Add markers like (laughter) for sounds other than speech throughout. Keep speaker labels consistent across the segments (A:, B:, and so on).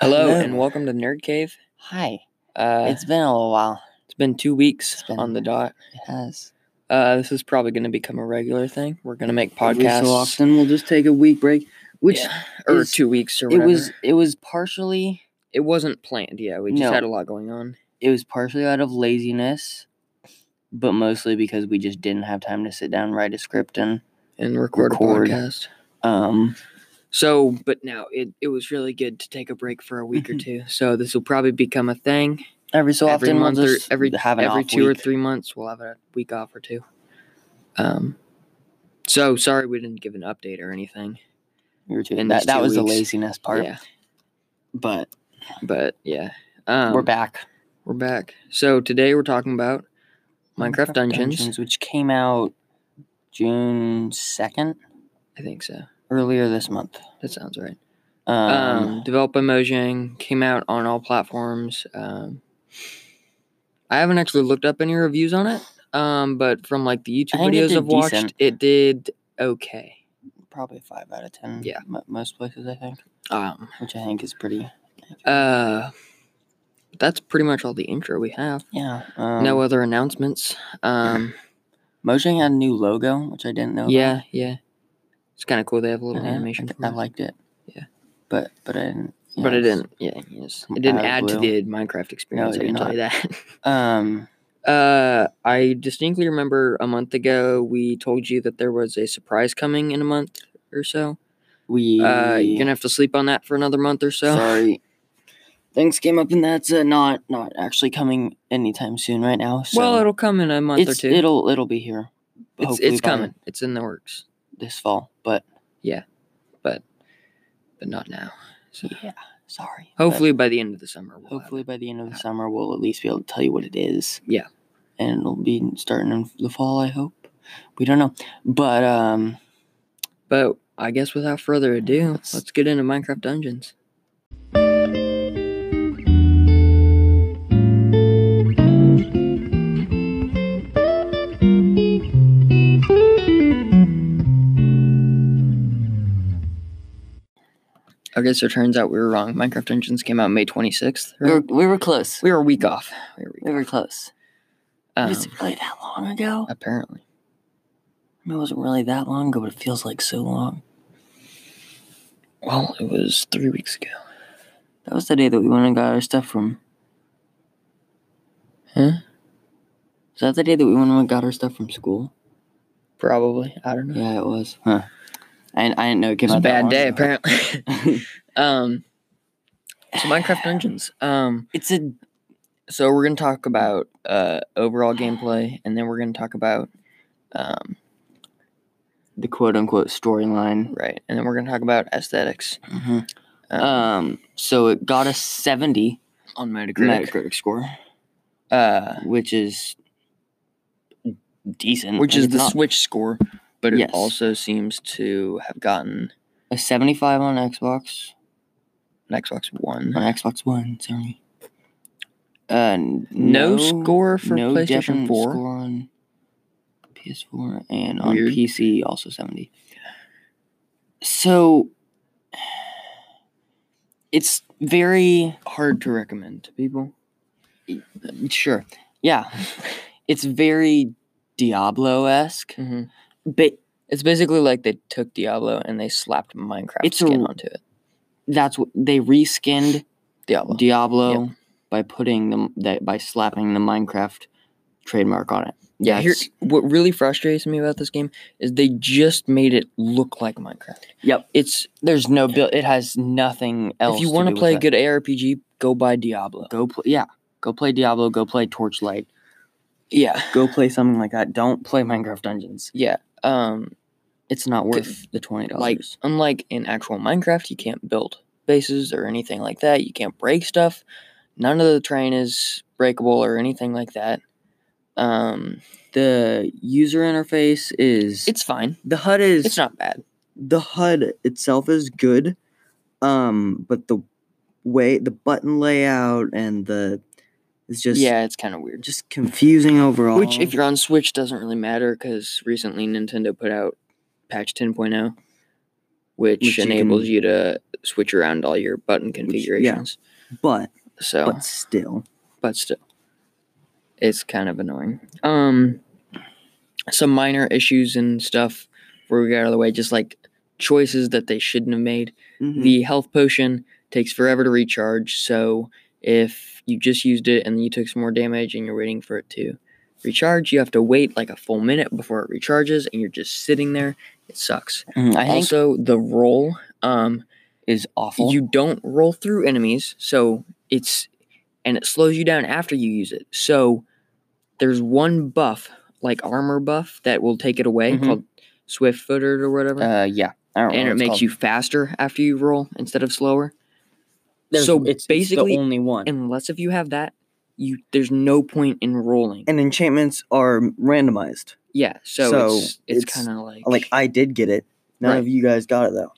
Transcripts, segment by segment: A: Hello,
B: Hello.
A: and welcome to Nerd Cave.
B: Hi.
A: Uh,
B: it's been a little while.
A: it's been two weeks
B: It's been-
A: on the dot.
B: It has.
A: Uh, this is probably going to become a regular thing. We're going to make
B: Every
A: podcasts
B: so often we'll just take a week break, which
A: yeah, or
B: is-
A: two weeks or
B: it
A: whatever.
B: was it was partially
A: It wasn't planned. Yeah, we just
B: No.
A: had a lot going on.
B: it was partially out of laziness, but mostly because we just didn't have time to sit down and write a script and
A: And record,
B: Record.
A: a podcast.
B: um
A: So, but now it, it was really good to take a break for a week or
B: (laughs) Mhm.
A: two. So this will probably become a thing.
B: every so
A: every
B: often
A: month
B: we'll
A: or
B: just
A: every
B: have an
A: every
B: off
A: two or
B: week.
A: three months we'll have a week off or two. Um, so sorry we didn't give an update or anything.
B: We were two-
A: in these
B: that, that
A: two
B: was the
A: weeks.
B: laziness part.
A: Yeah,
B: But
A: but yeah, um,
B: we're back.
A: We're back. So today we're talking about Minecraft, Dungeons.
B: which came out June second,
A: I think so.
B: earlier this month.
A: That sounds right.
B: Um,
A: um, developed by Mojang, came out on all platforms. Um, I haven't actually looked up any reviews on it, um, but from like the YouTube
B: think it
A: videos
B: did
A: I've watched,
B: decent.
A: it did okay.
B: probably five out of ten.
A: Yeah.
B: mo- most places I think,
A: Um,
B: which I think is pretty.
A: uh, that's pretty much all the intro we have.
B: Yeah. Um,
A: no other announcements. Um,
B: Mojang had a new logo, which I didn't know. about.
A: yeah, yeah. It's kind of cool. They have a little
B: Yeah,
A: animation.
B: Uh-huh. I,
A: from
B: I
A: it.
B: liked it.
A: Yeah.
B: But but I didn't. you
A: But
B: know,
A: it
B: it's-
A: didn't. Yeah, yes.
B: come
A: it didn't
B: out
A: add
B: of
A: to
B: the
A: the Minecraft experience.
B: it
A: I
B: did
A: can tell you that.
B: Um.
A: (laughs) Uh, I distinctly remember a month ago we told you that there was a surprise coming in a month or so.
B: We.
A: Uh, you're gonna have to sleep on that for another month or (laughs) so.
B: Sorry. Things came up, and that's uh, not not actually coming anytime soon right now. So
A: well, it'll come in a month or
B: it's,
A: two.
B: it'll it'll be here.
A: it's
B: hopefully
A: it's
B: by
A: coming. It's in the works,
B: this fall, but
A: but not now. So
B: yeah, sorry. but-
A: hopefully by the end of the summer. We'll have
B: Hopefully
A: it.
B: by the end of the
A: Yeah.
B: summer, we'll at least be able to tell you what it is.
A: Yeah.
B: And it'll be starting in the fall, I hope. We don't know. But um,
A: But I guess without further ado,
B: Let's-
A: let's get into Minecraft Dungeons. Okay, so it turns out we were wrong. Minecraft Dungeons came out May 26th.
B: we
A: right?
B: were, we were close.
A: We were a week off. We were a week
B: We were close. was
A: off. Um,
B: it really that long ago?
A: apparently.
B: I mean, It wasn't really that long ago, but it feels like so long.
A: Well, it was three weeks ago.
B: That was the day that we went and got our stuff from.
A: Huh?
B: Is that the day that we went and got our stuff from school?
A: Probably. I don't know.
B: Yeah, it was. Huh. I, I didn't know it
A: It
B: came
A: was a
B: out that
A: bad
B: long
A: day,
B: ago.
A: apparently. (laughs) um, so Minecraft Dungeons. Um,
B: (laughs) it's a
A: so we're gonna talk about uh overall gameplay, and then we're gonna talk about um
B: the quote unquote storyline.
A: right, and then we're gonna talk about aesthetics
B: Mm-hmm.
A: um,
B: Um, so it got a 70
A: on Metacritic.
B: Metacritic score,
A: Uh,
B: which is decent.
A: which
B: Like,
A: is
B: it's
A: the
B: not-
A: Switch score, but it
B: Yes.
A: also seems to have gotten
B: a 75 on Xbox,
A: an Xbox One.
B: on Xbox One, sorry. Uh, n-
A: No, score for
B: no
A: PlayStation
B: definite
A: Four.
B: score on PS4 and on
A: Weird.
B: PC also 70. So it's very
A: Hard to recommend to people.
B: sure. Yeah. It's very Diablo-esque,
A: Mm-hmm.
B: but
A: It's basically like they took Diablo and they slapped Minecraft
B: It's a-
A: skin onto it.
B: that's what they reskinned
A: Diablo.
B: Diablo by putting them that by slapping the Minecraft trademark on it.
A: Yeah, here,
B: That's-
A: what really frustrates me about this game is they just made it look like Minecraft.
B: Yep.
A: It's
B: There's no build. It has nothing else.
A: if you want
B: want to do
A: to
B: with
A: play a
B: it.
A: good ARPG, go buy Diablo.
B: go play. Yeah, go play Diablo. Go play Torchlight.
A: Yeah,
B: Go play something like that. Don't play Minecraft Dungeons.
A: yeah. Um,
B: It's not worth the twenty dollars.
A: like unlike in actual Minecraft, you can't build bases or anything like that. You can't break stuff. None of the terrain is breakable or anything like that. Um,
B: the user interface is.
A: it's fine.
B: the HUD is
A: It's not bad.
B: the HUD itself is good, um, but the way the button layout and the it's just
A: yeah, it's kind of weird.
B: just confusing overall.
A: Which,
C: Um,
A: if you're on Switch, doesn't really matter because recently Nintendo put out patch 10.0, oh, which,
C: Which you
A: enables
C: can-
A: you to switch around all your button configurations.
C: But
A: So,
C: but still,
A: but still it's kind of annoying um some minor issues and stuff where we got out of the way just like choices that they shouldn't have made
C: Mhm.
A: the health potion takes forever to recharge so if you just used it and you took some more damage and you're waiting for it to recharge you have to wait like a full minute before it recharges and you're just sitting there it sucks
B: Mm-hmm.
C: Mhm, I think
A: also the roll um
C: is awful.
A: you don't roll through enemies, so it's and it slows you down after you use it. So there's one buff, like armor buff, that will take it away
C: Mhm.
A: called Swift Footed or whatever.
C: uh, yeah, I don't know
A: and
C: what
A: it
C: it's
A: makes
C: called.
A: you faster after you roll instead of slower.
C: There's-
A: so
C: it's,
A: basically-
C: it's the only one. And,
A: Unless if you have that, you there's no point in rolling.
C: enchantments are randomized.
A: yeah, so,
C: so
A: it's it's,
C: it's
A: kind of like
C: Like I did get it. None
A: Right.
C: of you guys got it though.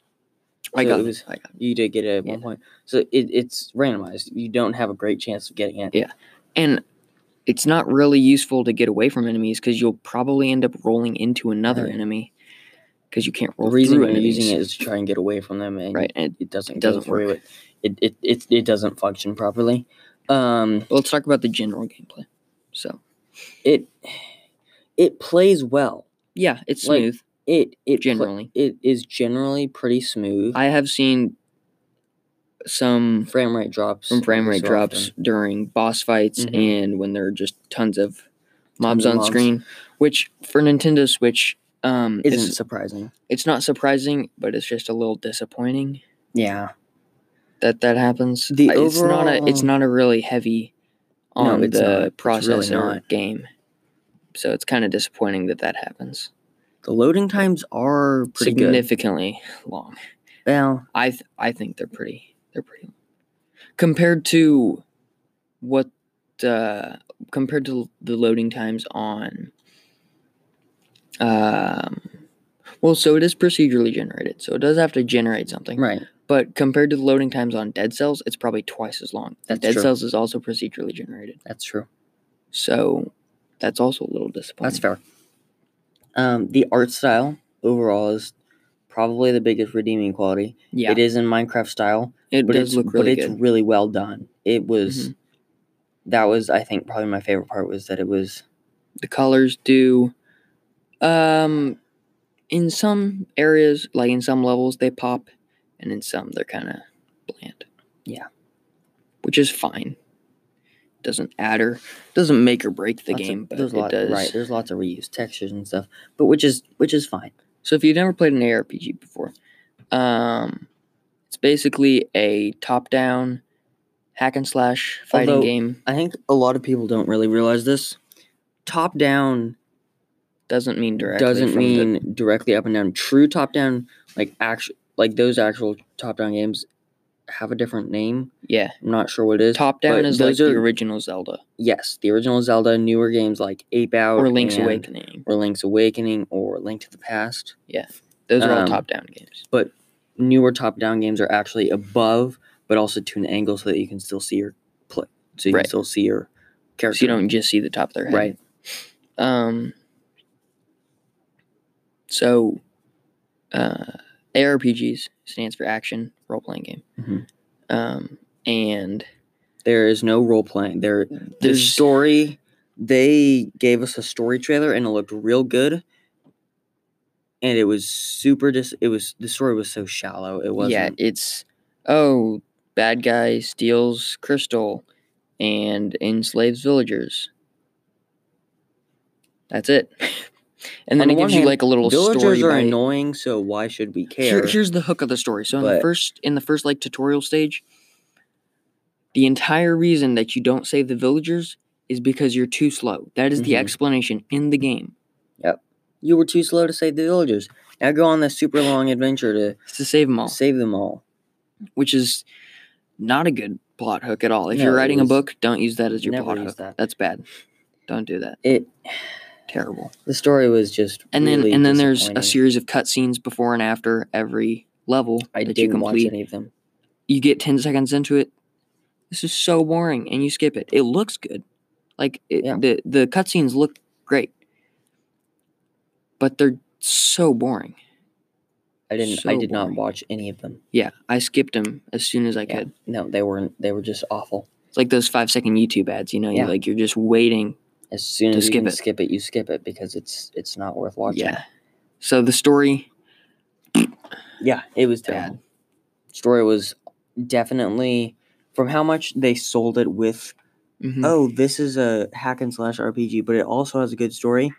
A: I
B: so
A: got
B: it
A: it.
B: was-
A: I got it.
B: You did get it at one
A: Yeah.
B: point. So it, it's randomized. You don't have a great chance of getting it.
A: Yeah. and it's not really useful to get away from enemies because you'll probably end up rolling into another
B: Right.
A: enemy because you can't
B: The
A: roll
B: reason
A: through
B: you're using
A: enemies.
B: it
C: (laughs)
B: is to try and get away from them, and
A: right. And
B: it doesn't
A: It
B: go
A: doesn't
B: through it. It, it it it doesn't function properly. Um,
A: well, let's talk about the general gameplay. So
B: it it plays well.
A: yeah, it's
B: Like,
A: smooth.
B: It it pla-
A: Generally.
B: it is generally pretty smooth.
A: I have seen some
B: frame rate drops.
A: from frame
B: every
A: rate
B: so
A: drops
B: often.
A: during boss fights
B: Mhm.
A: and when there are just tons of mobs
B: of
A: on
B: mobs.
A: screen, which for Nintendo Switch um,
B: isn't
A: is
B: surprising.
A: it's not surprising, but it's just a little disappointing.
B: Yeah.
A: that that happens.
B: The
A: I- it's not a it's
B: overall-
A: not a really heavy
B: No,
A: on
B: it's not.
A: the
B: It's
A: processor
B: really not.
A: game, so it's kind of disappointing that that happens.
B: The loading times are pretty good.
A: Significantly long.
B: Well,
A: I th- I think they're pretty they're pretty long. compared to what uh, compared to the loading times on. Um, well, so it is procedurally generated, so it does have to generate something.
B: right.
A: But compared to the loading times on Dead Cells, it's probably twice as long.
B: That's
A: Dead
B: true.
A: Cells is also procedurally generated.
B: That's true.
A: So that's also a little disappointing.
B: That's fair. Um, the art style overall is probably the biggest redeeming quality.
A: Yeah,
B: It
A: it,
B: is in Minecraft style, but
A: does
B: it's
A: look really
B: but it's
A: good. Mm-hmm.
B: really well done. It was that was I think probably my favorite part was that it was
A: The colors do, um, in some areas, like in some levels, they pop, and in some they're kind of bland.
B: Yeah.
A: which is fine. Doesn't add or doesn't make or break the
B: lots of-
A: game, but
B: there's
A: it
B: lot-
A: does.
B: right. There's lots of reused textures and stuff, but which is which is fine.
A: So if you've never played an ARPG before, um, it's basically a top-down hack and slash fighting
B: Although-
A: game.
B: I think a lot of people don't really realize this. Top down
A: Doesn't mean directly.
B: doesn't
A: from
B: mean directly up and down. True top down, like actual, like those actual top down games have a different name.
A: the, yeah.
B: I'm not sure what it is.
A: Top down
B: but
A: is like
B: those
A: the
B: are-
A: original Zelda
B: yes, the original Zelda, newer games like Ape Out
A: or Link's
B: Oh, and-
A: Awakening.
B: or Link's Awakening, or Link to the Past.
A: Those are all
B: um,
A: top down games.
B: Newer top-down games are actually above, but also to an angle so that you can still see your play, so you
A: Right.
B: can still see your character.
A: So you don't just see the top of their head.
B: right?
A: Um. So, uh, ARPGs stands for action role playing game.
B: Mhm.
A: Um, and
B: There is no role playing. There, the
A: there's
B: story. They gave us a story trailer, and it looked real good. And it was super. Dis- it was the story was so shallow. It wasn't.
A: Yeah, it's oh, bad guy steals crystal and enslaves villagers. That's it. (laughs) And
B: On
A: then
B: the
A: it
B: one
A: gives you
B: hand,
A: like a little
B: Villagers
A: story.
B: are
A: by-
B: annoying, so why should we care?
A: Here- here's the hook of the story. So in the
B: but-
A: first in the first like tutorial stage, the entire reason that you don't save the villagers is because you're too slow. That is the
B: Mhm.
A: explanation in the game.
B: you were too slow to save the villagers. Now go on this super long adventure to
A: It's to save them all.
B: save them all.
A: which is not a good plot hook at all. If
B: No,
A: you're
B: it
A: writing a
B: was-
A: book, don't use that as your
B: never
A: plot
B: use
A: hook.
B: that.
A: That's bad. Don't do that.
B: It
A: Terrible.
B: the story was just
A: And
B: really
A: then and then there's a
B: disappointing.
A: series of cutscenes before and after every level
B: I
A: that
B: didn't
A: you
B: watch
A: complete.
B: any of them.
A: You get ten seconds into it. This is so boring, and you skip it. It looks good, like it,
B: Yeah.
A: the the cutscenes look great, but they're so boring.
B: I didn't. I
A: So
B: did not
A: boring.
B: watch any of them.
A: Yeah, I skipped them as soon as I
B: Yeah.
A: could.
B: No, they weren't. They were just awful.
A: It's like those five second YouTube ads, you know,
B: Yeah.
A: you like you're just waiting.
B: As soon
A: To
B: as you
A: skip
B: can
A: it.
B: skip it, you skip it because it's it's not worth watching.
A: Yeah. So the story,
B: Yeah, it was
A: Bad.
B: terrible. Story was definitely from how much they sold it with.
A: mhm,
B: Oh, this is a hack and slash RPG, but it also has a good story.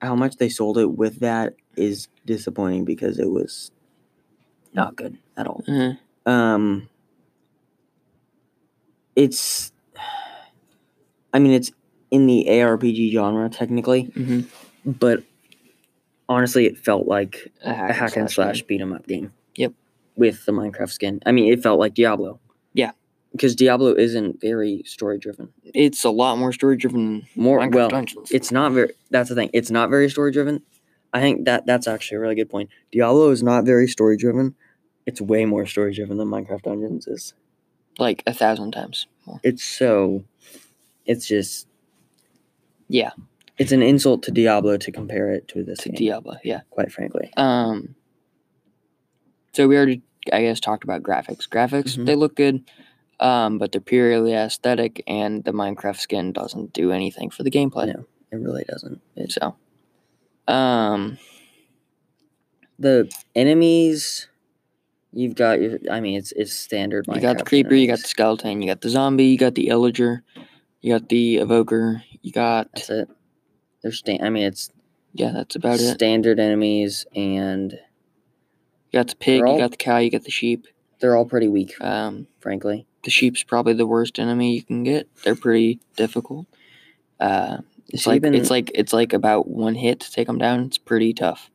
B: How much they sold it with that is disappointing because it was not good at all.
A: uh,
B: Um, it's, (sighs) I mean, it's in the ARPG genre technically,
A: mhm,
B: but honestly, it felt like
A: a hack,
B: a hack and slash
A: game.
B: beat 'em up game.
A: Yep.
B: With the Minecraft skin. I mean, it felt like Diablo.
A: Yeah.
B: Because Diablo isn't very story driven.
A: It's a lot more story driven.
B: More
A: Minecraft
B: well,
A: Dungeons.
B: it's not very. That's the thing. It's not very story driven. I think that that's actually a really good point. Diablo is not very story driven. It's way more story driven than Minecraft Dungeons is.
A: like a thousand times more.
B: It's so. It's just.
A: Yeah.
B: It's an insult to Diablo to compare it to this
A: To
B: game,
A: Diablo, yeah.
B: quite frankly.
A: Um. So we already, I guess, talked about graphics. Graphics,
B: Mhm.
A: they look good, um, but they're purely aesthetic, and the Minecraft skin doesn't do anything for the gameplay.
B: No. It really doesn't. It,
A: So, um,
B: the enemies you've got your i mean it's it's standard
A: you got the
B: Minecraft
A: creeper, you got the
B: enemies.
A: skeleton, you got the zombie, you got the illager, you got the evoker, you got
B: that's it they're sta- i mean it's
A: yeah, that's about it.
B: standard enemies and
A: You got the pig,
B: all-
A: you got the cow, you got the sheep.
B: they're all pretty weak
A: Um,
B: frankly
A: the sheep's probably the worst enemy you can get. They're pretty difficult. Uh, it's
B: So
A: like
B: even-
A: it's like it's like about one hit to take them down. It's pretty tough.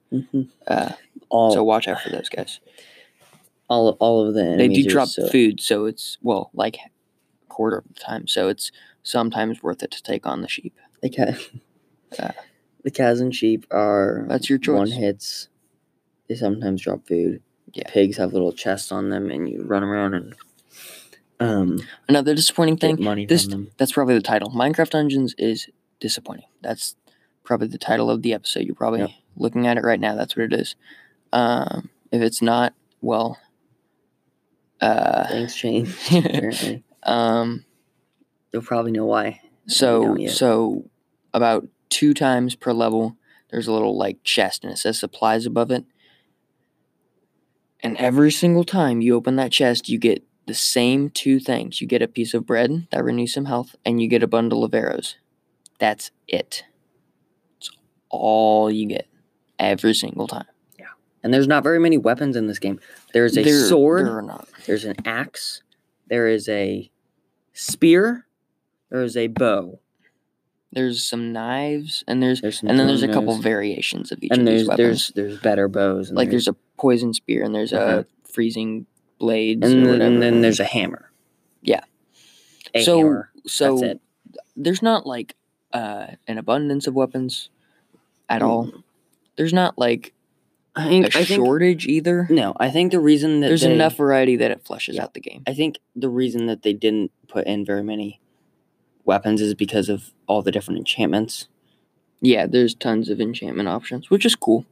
A: Uh,
B: all
A: So watch out for those guys.
B: all all of the
A: They
B: enemies
A: do
B: are
A: drop
B: so-
A: food, so it's well like a quarter of the time. So it's sometimes worth it to take on the sheep.
B: the cat
A: (laughs) Uh,
B: the cows and sheep are
A: That's your choice.
B: one hits they sometimes drop food
A: Yeah.
B: pigs have little chests on them and you run around and um
A: Another disappointing
B: get
A: thing.
B: money
A: this-
B: from them
A: That's probably the title. Minecraft Dungeons is disappointing. That's probably the title of the episode. You're probably
B: Yep.
A: looking at it right now. That's what it is. Um, if it's not, well, uh,
B: things change apparently
A: (laughs) um,
B: You'll probably know why.
A: So
B: yet.
A: so about two times per level, there's a little like chest and it says supplies above it. And every single time you open that chest, you get the same two things. You get a piece of bread that renews some health, and you get a bundle of arrows. That's it. It's all you get every single time.
B: And there's not very many weapons in this game. There's a
A: There-
B: sword,
A: There are not.
B: there's an axe, there is a spear, there is a bow.
A: There's some knives, and there's
B: There's some
A: and then there's a couple
B: dominoes,
A: variations of each
B: and
A: of
B: there's
A: these weapons.
B: there's there's better bows and
A: like there's a poison spear and there's
B: Uh-huh.
A: a freezing blades
B: and
A: or
B: then,
A: whatever.
B: and then there's a hammer.
A: Yeah.
B: A
A: So,
B: hammer.
A: so
B: that's it.
A: there's not like uh, an abundance of weapons at all. There's not like
B: Mm. I
A: a
B: think, I think
A: shortage either.
B: no, I think the reason that
A: There's
B: they-
A: enough variety that it flushes
B: Yeah.
A: out the game.
B: I think the reason that they didn't put in very many weapons is because of all the different enchantments.
A: Yeah, there's tons of enchantment options, which is cool.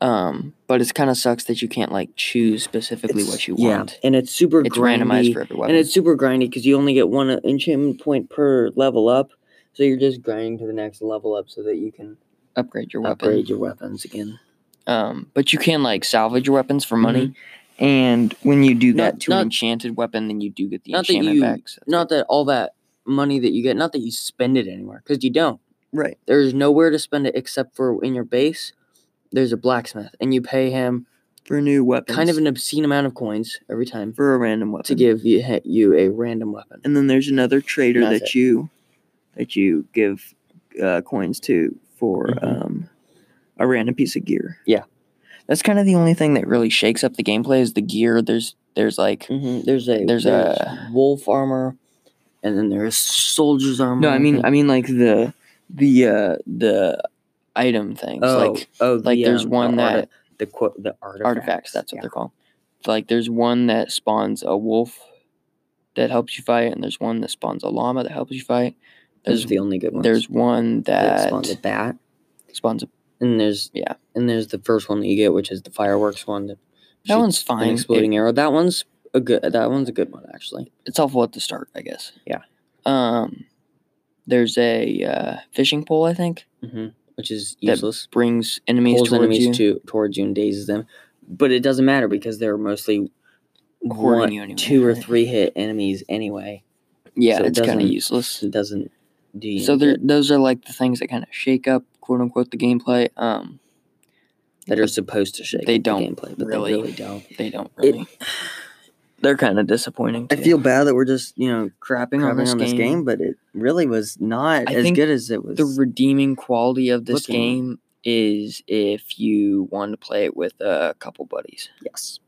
A: Um, but it's kind of sucks that you can't like choose specifically
B: It's-
A: what you
B: yeah,
A: want.
B: and it's super
A: It's randomized
B: grindy.
A: for every weapon.
B: And it's super grindy because you only get one uh, enchantment point per level up. So you're just grinding to the next level up so that you can
A: upgrade your weapon.
B: upgrade your weapons again.
A: Um, but you can like salvage your weapons for money.
C: Mm-hmm.
A: And when you do that
B: Not-
A: to an
B: not-
A: enchanted weapon, then you do get the
B: not that
A: enchantment
B: you-
A: back. so-
B: Not that all that money that you get, not that you spend it anywhere, because you don't.
C: Right.
B: There's nowhere to spend it except for in your base. There's a blacksmith, and you pay him
C: for new weapons.
B: kind of an obscene amount of coins every time
C: for a random weapon.
B: to give you, he- you a random weapon.
C: and then there's another trader
B: That's
C: that
B: it.
C: you that you give uh, coins to for
B: Mhm.
C: um, a random piece of gear.
A: Mm-hmm. That's kind of the only thing that really shakes up the gameplay is the gear. There's there's like
B: hmm There's a
A: Mm-hmm. There's a-
B: wolf armor, and then there's soldier's armor.
A: no, I mean
B: think.
A: I mean like the the uh the item things like
B: oh,
A: like there's
C: um,
A: one
B: the
A: that-
B: arti- the quote the artifacts.
A: artifacts. That's what they're called. Like there's one that spawns a wolf that helps you fight, and there's one that spawns a llama that helps you fight.
B: Those
A: There's
B: are the only good ones.
A: there's one
B: that
A: that
B: spawn the bat.
A: spawns a
B: And there's
A: Yeah.
B: and there's the first one that you get, which is the fireworks one. That
A: That
B: shoots
A: one's
B: an
A: fine.
B: exploding arrow. That one's a good. That one's a good one actually.
A: it's awful at the start, I guess.
B: Yeah.
A: Um, there's a uh, fishing pole I think
B: hmm Which is
A: That
B: useless.
A: brings Mm-hmm. enemies
B: pulls
A: towards
B: enemies
A: you.
B: to towards you and dazes them. But it doesn't matter because they're mostly
A: Hoarding
B: one,
A: you anyway,
B: two or
A: right?
B: three hit enemies anyway.
A: Yeah,
B: so it
A: it's kind of
B: doesn't-
A: useless.
B: It doesn't do you
A: So
B: any
A: there,
B: good.
A: those are like the things that kind of shake up, quote unquote, the gameplay. Um,
B: that are supposed to shake.
A: they
B: up the
A: don't
B: gameplay, but
A: really.
B: they really don't.
A: they don't
C: It-
A: really. they're kind of disappointing.
C: I
A: too.
C: feel bad that we're just you know
A: crapping,
C: crapping
A: on, this, game.
C: but it really was not
A: I
C: as
A: think
C: good as it was.
A: The redeeming quality of this
C: Looking-
A: game is if you want to play it with a couple buddies.
C: yes,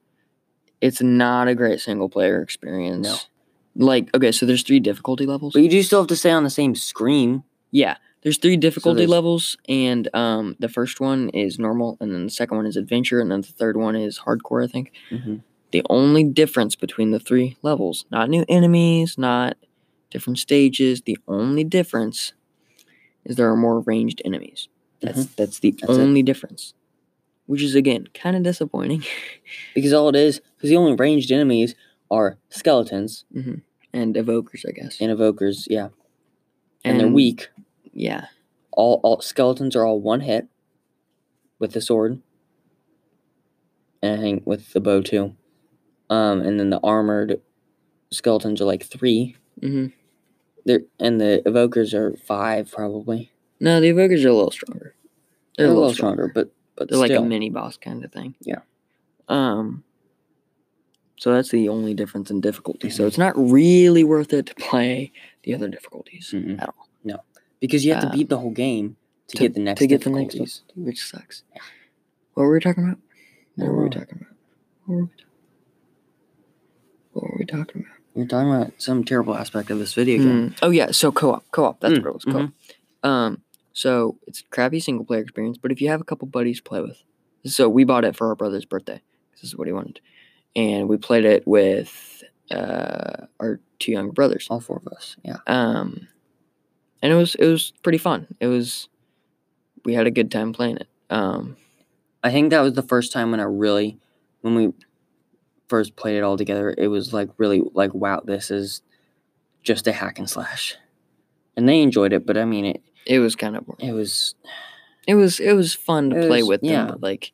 A: it's not a great single player experience. Like, okay, so there's three difficulty levels.
B: But you do still have to stay on the same screen.
A: Yeah. There's three difficulty
B: there's-
A: levels, and um, the first one is normal, and then the second one is adventure, and then the third one is hardcore, I think.
C: Mm-hmm.
A: The only difference between the three levels, not new enemies, not different stages, the only difference is there are more ranged enemies. That's that's the
B: Mm-hmm. That's it.
A: only difference. Which is again kind of disappointing. (laughs)
B: Because all it is, because the only ranged enemies are skeletons
A: And evokers, I guess.
B: and evokers. Yeah, and, they're weak.
A: Yeah.
B: All all skeletons are all one hit with the sword, and I think with the bow too. Um, and then the armored skeletons are like three.
A: hmm
B: They're and the evokers are five probably.
A: No, the evokers are a little stronger.
B: They're, a little stronger, but but
A: they're like
B: still.
A: a mini boss kind of thing.
B: Yeah.
A: Um. So that's the only difference in difficulty.
B: Mm-hmm.
A: So it's not really worth it to play the other difficulties
B: Mm-mm.
A: at all,
B: mm-hmm. because you have to
A: um,
B: beat the whole game to, get the next
A: to get the next one,
B: difficulties.
A: which sucks. What were we talking about? What were we
B: Wow.
A: talking about? What were we, ta- what were we talking about?
B: You're talking about some terrible aspect of this video game.
A: Hmm. Oh yeah, so co-op, co-op. That's
B: Mm,
A: what it was. Co-op.
B: mm-hmm.
A: Um. So it's a crappy single player experience, but if you have a couple buddies to play with, so we bought it for our brother's birthday. 'cause This is what he wanted, and we played it with uh, our two younger brothers.
B: All four of us. Yeah.
A: Um, and it was it was pretty fun. It was we had a good time playing it. Um,
B: I think that was the first time when I really, when we first played it all together, it was like really like, wow, this is just a hack and slash. And they enjoyed it, but I mean, it
A: it was kind of boring.
B: it was
A: It was it was fun to
B: It
A: play
B: was-
A: with them,
B: yeah.
A: but like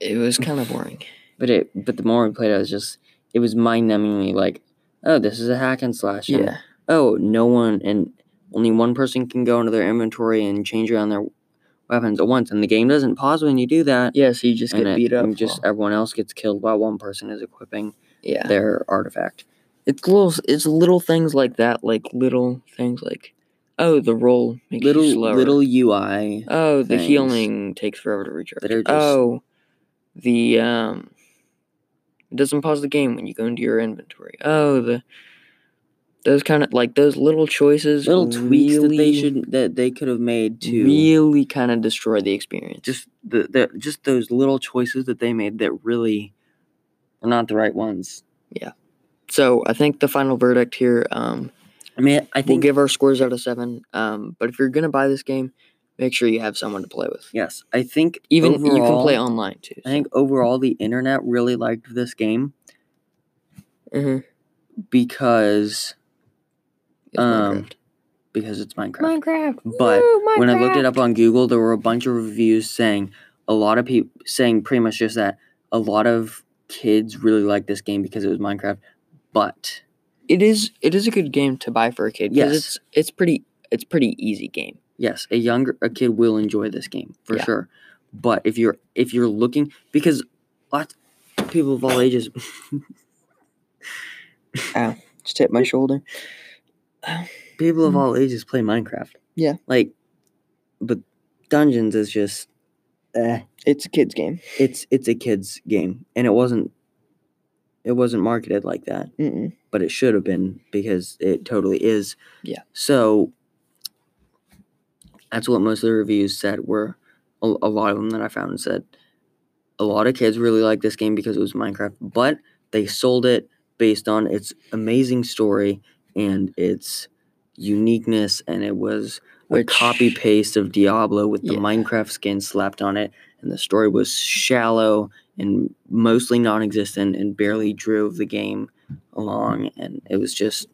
A: it was kind of
B: (laughs)
A: boring.
B: but it but the more we played, it was just it was mind numbingly like, oh, this is a hack and slash. and,
A: Yeah,
B: oh, no one and only one person can go into their inventory and change around their weapons at once, and the game doesn't pause when you do that.
A: yeah. So you just get
B: and it-
A: beat up.
B: and just
A: while-
B: everyone else gets killed while one person is equipping
A: yeah.
B: their artifact.
A: It's little, it's little things like that, like little things like, oh, the roll makes
B: little
A: you slower.
B: little UI.
A: oh, the
B: things
A: healing takes forever to recharge.
B: that are just-
A: oh, the um, it doesn't pause the game when you go into your inventory. Oh, the those kind of like those little choices,
B: little tweaks that they
A: really-
B: should that they could have made to
A: really kind of destroy the experience.
B: just the, the just those little choices that they made that really were not the right ones.
A: so I think the final verdict here, um,
B: I mean, I
A: we'll
B: think
A: give our scores out of seven. Um, but if you're gonna buy this game, make sure you have someone to play with.
B: yes, I think
A: Even you can play
B: overall-
A: online too.
B: I think overall the internet really liked this game
A: mm-hmm.
B: because um
A: Minecraft.
B: because it's Minecraft.
A: Minecraft.
B: um, But when I looked it up on Google, there were a bunch of reviews saying a lot of people saying pretty much just that a lot of kids really liked this game because it was Minecraft. But
A: it is it is a good game to buy for a kid because
B: Yes.
A: it's it's pretty it's pretty easy game.
B: yes, a younger a kid will enjoy this game for
A: Yeah.
B: sure. But if you're if you're looking because lots people of all ages
A: Just hit my shoulder.
B: people of
A: Mm.
B: all ages play Minecraft.
A: Yeah.
B: Like but Dungeons is just eh,
A: It's a kid's game.
B: it's it's a kids game and it wasn't it wasn't marketed like that.
A: Mm-mm.
B: but it should have been because it totally is.
A: Yeah.
B: So that's what most of the reviews said were a, a lot of them that I found said a lot of kids really liked this game because it was Minecraft, but they sold it based on its amazing story and its uniqueness and it was
A: Which-
B: a copy paste of Diablo with the
A: Yeah.
B: Minecraft skin slapped on it, and the story was shallow and mostly non-existent and barely drove the game along, and it was just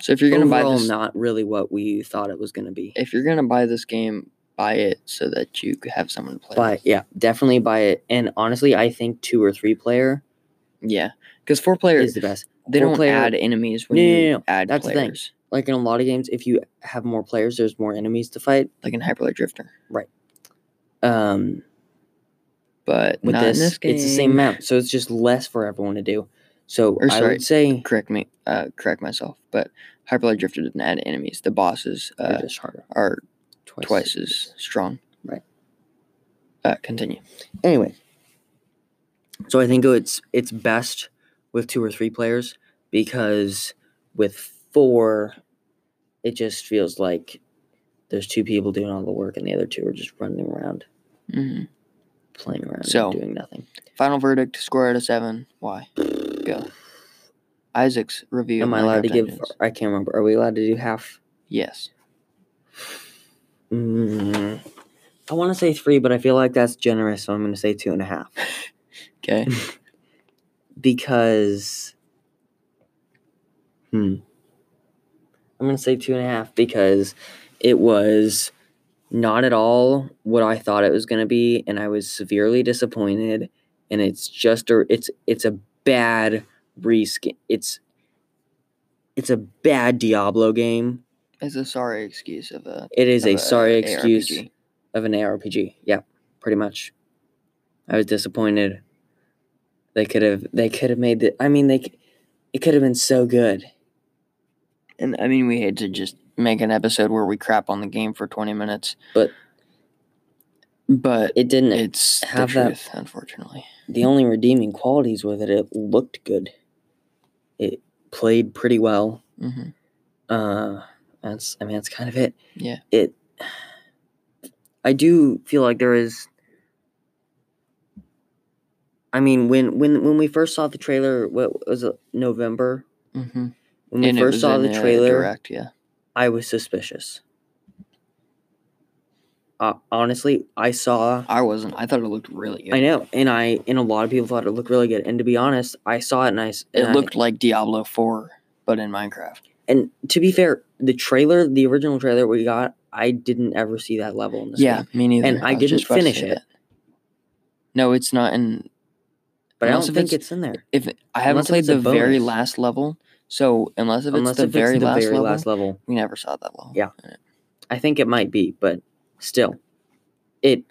A: So if you're gonna buy
B: overall
A: this,
B: not really what we thought it was going to be.
A: if you're gonna buy this game, buy it so that you c- have someone to play.
B: But
A: with.
B: yeah, definitely buy it. And honestly, I think two or three player
A: yeah, because four players
B: is the best.
A: they
B: four
A: don't
B: player-
A: add enemies when
B: No, no,
A: you
B: no, no,
A: add
B: that's the thing.
A: players,
B: Like in a lot of games, if you have more players, there's more enemies to fight.
A: like in Hyperlight Drifter.
B: Um,
A: But
B: with
A: not
B: this,
A: in this game.
B: it's the same map, so it's just less for everyone to do. So
A: Or
B: I
A: sorry,
B: would say
A: Correct me, uh, correct myself. But Hyperlight Drifter didn't add enemies. The bosses
B: they're
A: uh,
B: just harder
A: are
B: twice.
A: twice as strong.
B: Right.
A: Uh, continue.
B: Anyway, so I think it's it's best with two or three players because with four, it just feels like there's two people doing all the work and the other two are just running around,
A: hmm
B: playing around,
A: So-
B: and doing nothing.
A: Final verdict: score out of seven. Why? Go. Isaac's review. of
B: Am I allowed to
A: Minecraft
B: give?
A: Dungeons.
B: I can't remember. Are we allowed to do half?
A: Yes.
B: Mm, I want to say three, but I feel like that's generous, so I'm going to say two and a half
A: Okay.
B: because. Hmm. I'm going to say two and a half because it was not at all what I thought it was going to be, and I was severely disappointed. And it's just a it's it's a bad reskin. It's it's a bad Diablo game.
A: (laughs) It's a sorry excuse of Uh, a.
B: It is
A: of
B: a sorry excuse.
A: ARPG.
B: of an ARPG. Yeah, pretty much. I was disappointed. They could have they could have made the I mean they c- it could have been so good.
A: And I mean, we had to just make an episode where we crap on the game for twenty minutes.
B: But-
A: but
B: It didn't
A: it's the
B: have that-
A: truth, unfortunately.
B: the only redeeming qualities were that it looked good. It played pretty well.
A: hmm
B: Uh that's I mean that's kind of it.
A: Yeah.
B: It I do feel like there is I mean when when when we first saw the trailer what was it November
A: hmm
B: when we
A: And it
B: first
A: was
B: saw
A: in
B: the trailer
A: direct, yeah.
B: I was suspicious. Uh, honestly, I saw.
A: I wasn't. I thought it looked really good.
B: I know, and I and a lot of people thought it looked really good. And to be honest, I saw it and I s-
A: It
B: and I-
A: looked like Diablo Four, but in Minecraft.
B: and to be fair, the trailer, the original trailer we got, I didn't ever see that level in this
A: Yeah,
B: game.
A: me neither.
B: And I
A: was
B: didn't
A: just about to
B: finish
A: say
B: it.
A: that. No, it's not in.
B: But I
A: Unless
B: don't
A: if
B: think
A: it's-
B: it's in there.
A: If I haven't
B: Unless if
A: played
B: it's a
A: the very
B: bonus.
A: last level, so unless if
B: Unless
A: it's the
B: if
A: very,
B: it's the
A: last,
B: very
A: level,
B: last level,
A: we never saw that level.
B: Yeah. I think it might be, but still, it.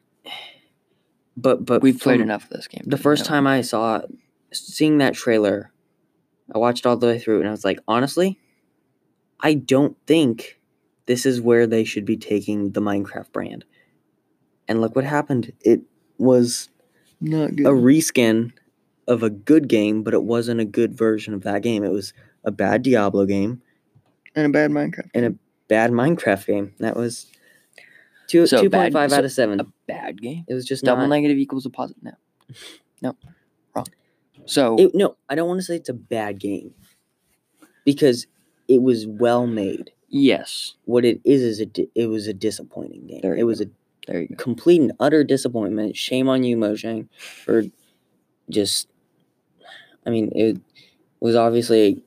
B: But but
A: we've played
B: from-
A: enough of this game.
B: the first time I saw seeing that trailer, I watched all the way through and I was like, honestly, I don't think this is where they should be taking the Minecraft brand. And look what happened. It was
A: not
B: a
A: good.
B: reskin of a good game, but it wasn't a good version of that game. It was a bad Diablo game,
A: and a bad Minecraft.
B: And bad Minecraft game. That was two
A: So
B: two
A: bad-
B: 2.5 out
A: so
B: of 7.
A: a bad game.
B: it was just
A: Double
B: not,
A: negative equals a positive. No, no, wrong. So
B: It, no, I don't want to say it's a bad game because it was well made.
A: yes,
B: What it is is it di- it was a disappointing game.
A: There
B: It
A: you
B: was a
A: there you go.
B: complete and utter disappointment. Shame on you, Mojang, for just. I mean, it was obviously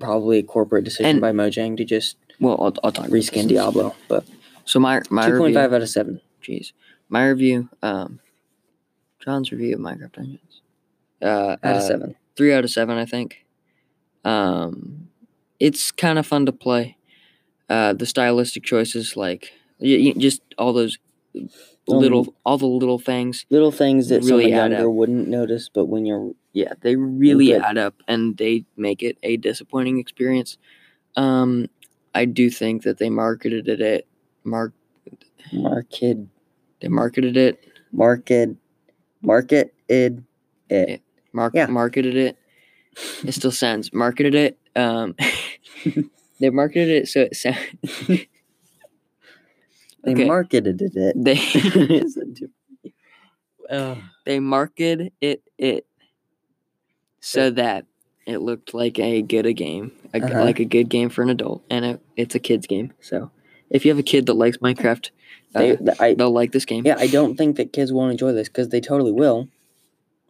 B: probably a corporate decision
A: And-
B: by Mojang to just
A: Well, I'll, I'll talk. about this.
B: reskin Diablo, but
A: So my my
B: two point
A: review-
B: five out of seven.
A: Jeez. My review, um, John's review of Minecraft Dungeons. Uh,
B: Out
A: uh,
B: of seven.
A: Three out of seven, I think. Um, it's kind of fun to play. Uh, the stylistic choices, like y- y- just all those little, all the little things.
B: Little things that
A: Really
B: really
A: add
B: someone younger
A: up.
B: wouldn't notice, but when you're
A: Yeah, they really
B: good.
A: add up, and they make it a disappointing experience. Um, I do think that they marketed it. At, mark
B: market
A: they marketed it.
B: market market it it
A: Mark
B: Yeah.
A: marketed it. It still sounds marketed it.
B: (laughs)
A: Um, they marketed it so it sounds.
B: they
A: Okay.
B: marketed
A: (laughs)
B: it
A: They
B: It's a Uh, diff-
A: Uh, they marketed it it so that it looked like a good a game, a g
B: Uh-huh.
A: like a good game for an adult, and it, it's a kids game. So If you have a kid that likes Minecraft,
B: They,
A: uh,
B: th- I,
A: they'll like this game.
B: yeah, I don't think that kids won't enjoy this because they totally will.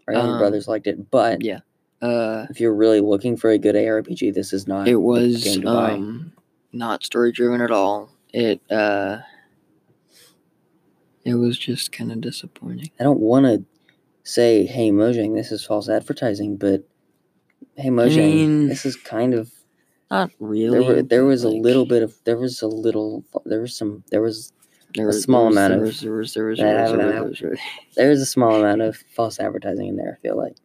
B: Our younger
A: Um,
B: brothers liked it, but
A: yeah. Uh,
B: if you're really looking for a good ARPG, this is not.
A: it
B: the
A: was
B: game to buy.
A: um, not story driven at all. It uh, it was just kind of disappointing.
B: I don't want to say, "Hey Mojang, this is false advertising," but hey Mojang,
A: mean,
B: this is kind of
A: Not
B: there.
A: really.
B: Were, there was a
A: like,
B: little bit of there was a little there was some there was
A: there
B: a
A: was-
B: small
A: there was-
B: amount
A: there
B: of
A: was- there was- there was-
B: that
A: there was-
B: happened
A: there
B: out.
A: was- there was-
B: there was a small amount of false advertising in there. I feel like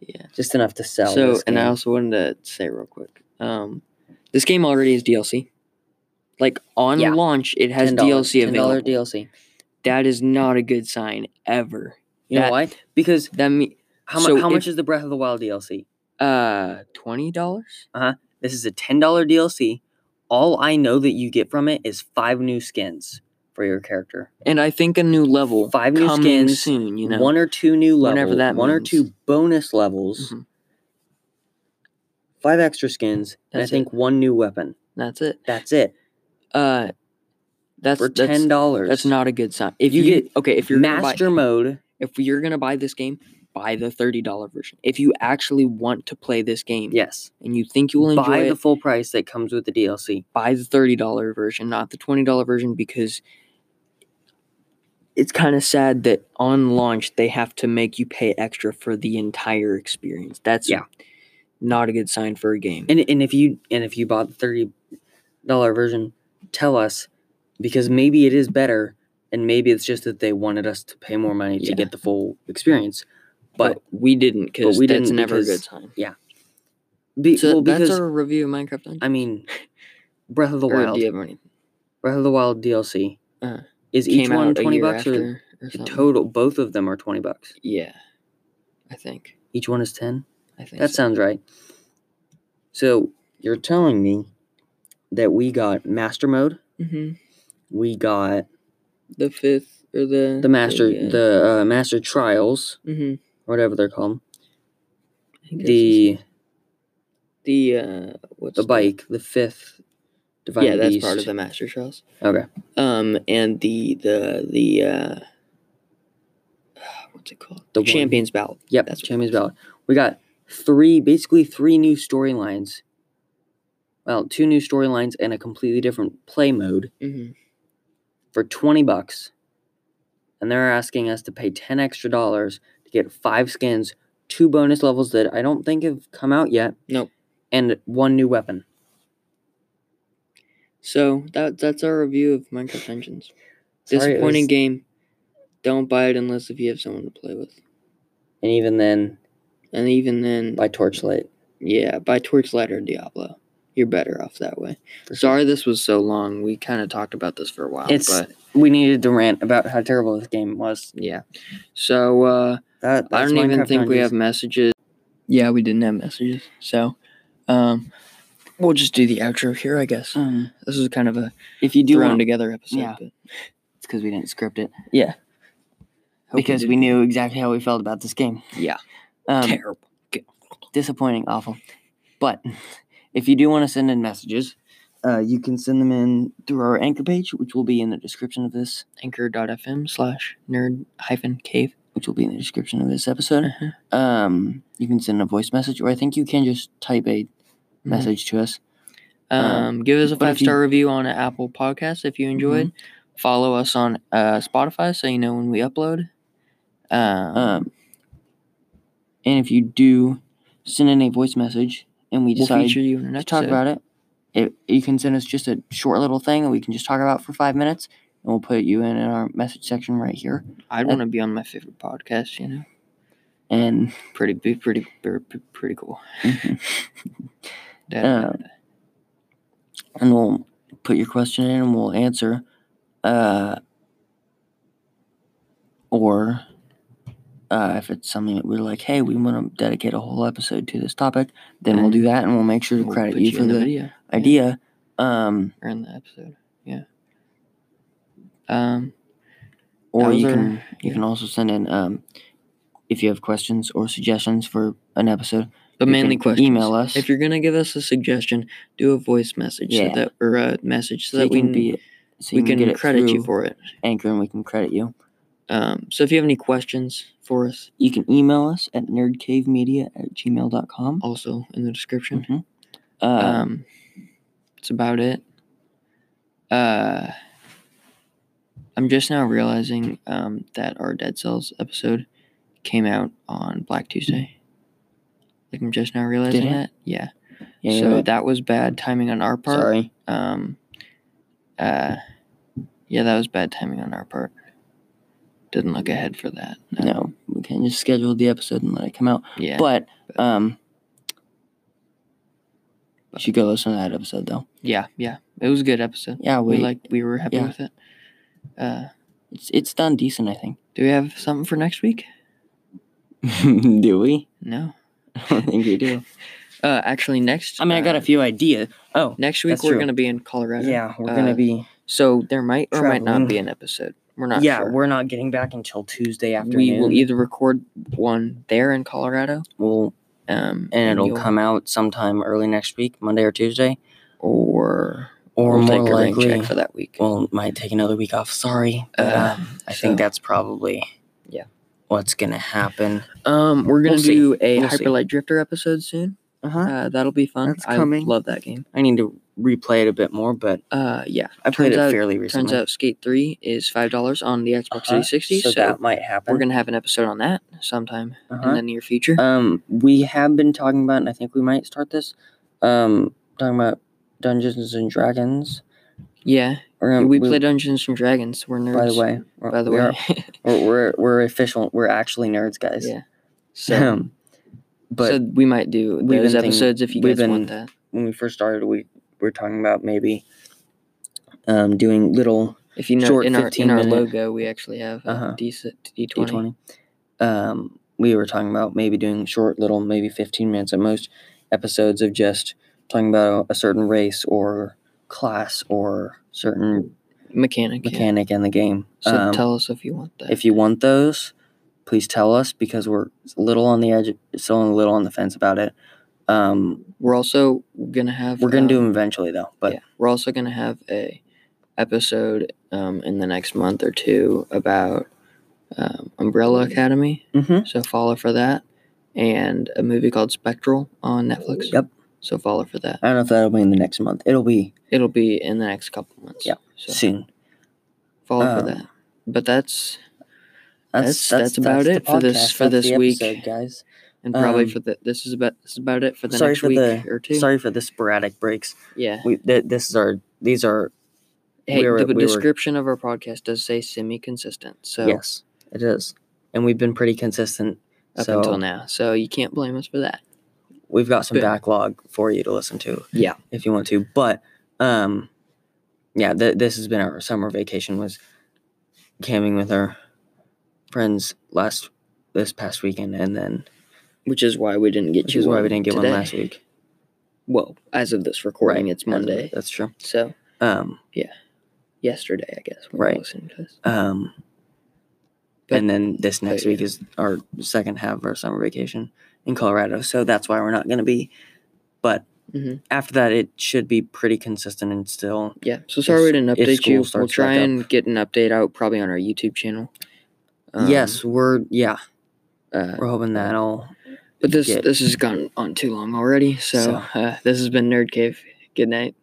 A: Yeah.
B: just enough to sell.
A: So,
B: this
A: and I
B: game.
A: also wanted to say real quick, um, this game already is DLC. Like on
B: Yeah.
A: launch, it has
B: $10
A: DLC
B: $10
A: available.
B: DLC.
A: That is not a good sign ever.
B: You
A: That-
B: know why? Because
A: That me
B: how, mu-
A: So
B: how
A: if-
B: much is the Breath of the Wild DLC?
A: uh twenty dollars.
B: This is a ten dollar DLC. All I know that you get from it is five new skins for your character.
A: And I think a new level
B: Five new
A: coming
B: skins,
A: soon. You know,
B: one or two new levels,
A: whenever that
B: one
A: means.
B: or two bonus levels,
A: Mhm.
B: five extra skins, and I
A: That's it.
B: think one new weapon.
A: that's it.
B: That's it
A: Uh, that's
B: for
A: that's,
B: ten dollars.
A: that's not a good sign. If you,
B: You
A: get okay, if you're gonna buy-
B: master mode.
A: if you're gonna buy this game, buy the thirty dollar version. If you actually want to play this game,
B: Yes,
A: and you think you will enjoy
B: buy
A: it,
B: the full price that comes with the DLC.
A: buy the thirty dollar version, not the twenty dollar version, because it's kind of sad that on launch they have to make you pay extra for the entire experience. That's
B: Yeah.
A: not a good sign for a game.
B: And and if you and if you bought the thirty dollar version, tell us because maybe it is better, and maybe it's just that they wanted us to pay more money
A: Yeah.
B: to get the full experience. But
A: we didn't because
B: we
A: that's
B: didn't
A: never a good
B: because-
A: sign.
B: be,
A: So
B: well, because
A: that's our review of Minecraft. Then? (laughs)
B: I mean, Breath of the
A: Or
B: Wild,
A: do you have any?
B: Breath of the Wild DLC
A: Uh,
B: is each
A: Came
B: one
A: out a
B: 20
A: year
B: bucks or
A: after or
B: the
A: something?
B: total both of them are 20 bucks.
A: Yeah, I think.
B: Each one is 10.
A: I think
B: That
A: so.
B: sounds right. So, you're telling me that we got master mode,
A: hmm
B: we got
A: the fifth or the
B: the master the uh, master trials,
A: hmm
B: whatever they're called. The
A: the uh, what's
B: the bike, the fifth divine
A: yeah, that's
B: beast.
A: part of the Master Trials.
B: Okay.
A: Um, and the the the uh, (sighs) what's it called?
B: The one-
A: Champions Ballot.
B: Yep,
A: That's
B: that's
A: what it
B: Champions
A: was.
B: Ballot. We got three, basically three new storylines. Well, two new storylines and a completely different play mode
A: Mm-hmm.
B: for twenty bucks, and they're asking us to pay ten extra dollars to get five skins, two bonus levels that I don't think have come out yet.
A: Nope.
B: And one new weapon.
A: So that that's our review of Minecraft Engines.
B: Sorry, it
A: Disappointing
B: was-
A: game. Don't buy it unless if you have someone to play with.
B: And even then,
A: And even then,
B: by torchlight.
A: yeah, buy Torchlight or Diablo. You're better off that way.
B: for sure.
A: Sorry this was so long. We kind of talked about this for a while.
B: It's-
A: but
B: we needed to rant about how terrible this game was.
A: yeah. So uh,
B: That
A: I
B: that's
A: don't even
B: Minecraft
A: think we
B: Dungeons.
A: have messages. Yeah, we didn't have messages. So, um, we'll just do the outro here, I guess.
B: Um,
A: This is kind of a
B: if you do
A: thrown
B: want, to,
A: together episode.
B: yeah.
A: but
B: it's because we didn't script it.
A: hope
B: because we
A: didn't-
B: knew exactly how we felt about this game.
A: Yeah.
B: Um,
A: terrible.
B: disappointing, awful. But if you do want to send in messages, uh, you can send them in through our anchor page, which will be in the description of this,
A: Anchor.fm slash nerd hyphen cave.
B: which will be in the description of this episode. Um, you can send a voice message, or I think you can just type a message to us.
A: Um, give us a
B: Uh-huh. but
A: five
B: if you- Mm-hmm.
A: star review on Apple Podcasts if you enjoyed. Follow us on uh, Spotify so you know when we upload. Um,
B: Um, and if you do send in a voice message, and we
A: we'll
B: decide
A: feature you in an
B: to
A: episode.
B: talk about it. it. You can send us just a short little thing that we can just talk about for five minutes, and we'll put you in, in our message section right here.
A: I'd want to be on my favorite podcast. You know, (laughs)
B: And (laughs)
A: pretty be pretty pretty, pretty cool. That-
B: uh, and we'll put your question in, and we'll answer. Uh, or uh, if it's something that we're like, hey, we want to dedicate a whole episode to this topic, then we'll do that, and we'll make sure to
A: we'll
B: credit
A: put
B: you for
A: in
B: the,
A: video
B: idea. Um,
A: or in the episode. Yeah. Um.
B: or
A: Those
B: you
A: are-
B: can you
A: yeah.
B: can also send in um, if you have questions or suggestions for an episode.
A: But
B: You
A: mainly
B: can
A: questions.
B: Email us
A: If you're gonna give us a suggestion, do a voice message
B: Yeah.
A: so that or a message so,
B: so you
A: that we can
B: can be so
A: we can,
B: get it
A: credit you
B: through
A: for it.
B: Anchor, and we can credit you.
A: Um, so if you have any questions for us,
B: You can email us at nerdcavemedia at gmail.com.
A: also in the description.
B: Mm-hmm. Uh,
A: Um, it's about it. Uh, I'm just now realizing um, that our Dead Cells episode came out on Black Tuesday. Like I'm just now realizing
B: it?
A: that. Yeah.
B: yeah, yeah,
A: so
B: yeah.
A: that was bad timing on our part.
B: sorry.
A: Um. Uh. Yeah, that was bad timing on our part. Didn't look ahead for that.
B: No, we can just schedule the episode and let it come out.
A: Yeah.
B: But um, you should go listen to that episode though.
A: yeah. Yeah. It was a good episode.
B: Yeah,
A: We
B: we, like
A: like. We were happy
B: yeah.
A: with it. Uh.
B: it's it's done decent, I think.
A: (laughs) Do we have something for next week?
B: do we?
A: No.
B: I don't think we do.
A: Uh, actually, next.
B: (laughs) I mean, I got
A: uh,
B: a few ideas. Oh,
A: Next week
B: That's
A: we're
B: true.
A: gonna be in Colorado.
B: yeah, we're
A: uh,
B: gonna be.
A: So there might or might not
B: Traveling.
A: be an episode. We're not.
B: yeah,
A: sure.
B: we're not getting back until Tuesday afternoon.
A: we will either record one there in Colorado,
B: We'll-
A: um,
B: and it'll
A: you'll-
B: come out sometime early next week, Monday or Tuesday,
A: or
B: or
A: we'll
B: more
A: take a rain
B: likely,
A: check for that week.
B: well, might take another week off. Sorry, but,
A: Uh,
B: um, I think
A: so-
B: that's probably
A: Yeah.
B: what's gonna happen.
A: Um, we're gonna
B: We'll see.
A: do a
B: We'll see.
A: Hyperlight Drifter episode soon.
C: Uh-huh.
A: Uh, that'll be fun.
C: That's
A: I
C: coming.
A: love that game.
B: I need to replay it a bit more, but
A: Uh, yeah.
B: I played
A: Turns
B: it
A: out-
B: fairly
A: Turns
B: recently.
A: out Skate Three is five dollars on the Xbox
B: Uh-huh.
A: 360.
B: so,
A: So,
B: that might happen.
A: we're gonna have an episode on that sometime in
B: Uh-huh.
A: the near future.
B: Um, we have been talking about, and I think we might start this. Um, talking about Dungeons and Dragons.
A: yeah,
B: We're gonna-
A: we play Dungeons and Dragons. We're nerds.
B: By the way, we're-
A: By the
B: we
A: way.
B: are- we're, we're we're official. We're actually nerds, guys.
A: yeah. (laughs) So,
B: Um, (laughs) but
A: so we might do
B: we've
A: those
B: been thinking-
A: episodes if you
B: we've
A: guys want that.
B: when we first started, we were talking about maybe um, doing little
A: If you know,
B: short
A: in our in
B: 15
A: our
B: minute-
A: logo, we actually have
B: Uh-huh.
A: a decent D
B: D
A: twenty.
B: twenty. Um, we were talking about maybe doing short, little, maybe fifteen minutes at most episodes of just talking about a certain race or class or certain
A: mechanic. yeah.
B: mechanic in the game.
A: So
B: Um,
A: tell us if you want that.
B: if you want those, please tell us because we're a little on the edge, still a little on the fence about it. Um,
A: we're also gonna have
B: we're gonna do
A: um,
B: them eventually though, but
A: yeah, we're also gonna have a episode um, in the next month or two about um, Umbrella Academy.
B: Mhm.
A: So follow for that, and a movie called Spectral on Netflix.
B: Yep.
A: So follow for that.
B: I don't know if that'll be in the next month. It'll be
A: It'll be in the next couple months.
B: Yeah.
A: So
B: soon.
A: follow
B: um,
A: for that. But that's That's- that's about
B: the
A: it for this-
B: podcast.
A: for
B: That's
A: this
B: the
A: week.
B: episode, guys.
A: and probably
B: um,
A: for the this is about this is about it for the
B: sorry
A: next
B: for
A: week
B: the-
A: or two.
B: Sorry for the sporadic breaks.
A: Yeah.
B: We th- this is our these are
A: Hey,
B: we were-
A: the
B: we were-
A: description of our podcast does say semi-consistent. So
B: yes, it is, and we've been pretty consistent
A: up
B: so
A: until now, so you can't blame us for that.
B: We've got some
A: Been-
B: backlog for you to listen to.
A: Yeah.
B: if you want to, but um, yeah, th- this has been our summer vacation was camping with our friends last this past weekend, and then
A: Which is why we didn't get
B: which
A: you.
B: is why we
A: one
B: didn't get
A: today.
B: one last week.
A: Well, as of this recording,
B: Right,
A: it's Monday,
B: That's true.
A: so
B: Um,
A: yesterday, I guess. when
B: Right.
A: You're listening to this.
B: um,
A: But-
B: and then this next
A: but-
B: week is our second half of our summer vacation in Colorado, so that's why we're not going to be. But
A: Mhm.
B: after that, it should be pretty consistent and still.
A: Yeah. So sorry
B: If-
A: we didn't
B: if
A: update
B: school
A: you. We'll
B: starts
A: try
B: back
A: and get an update out probably on our YouTube channel. Um,
B: yes, we're yeah,
A: Uh,
B: we're hoping that'll.
A: but this
B: get-
A: this has gone on too long already. So,
B: So.
A: Uh, this has been Nerd Cave. Good night.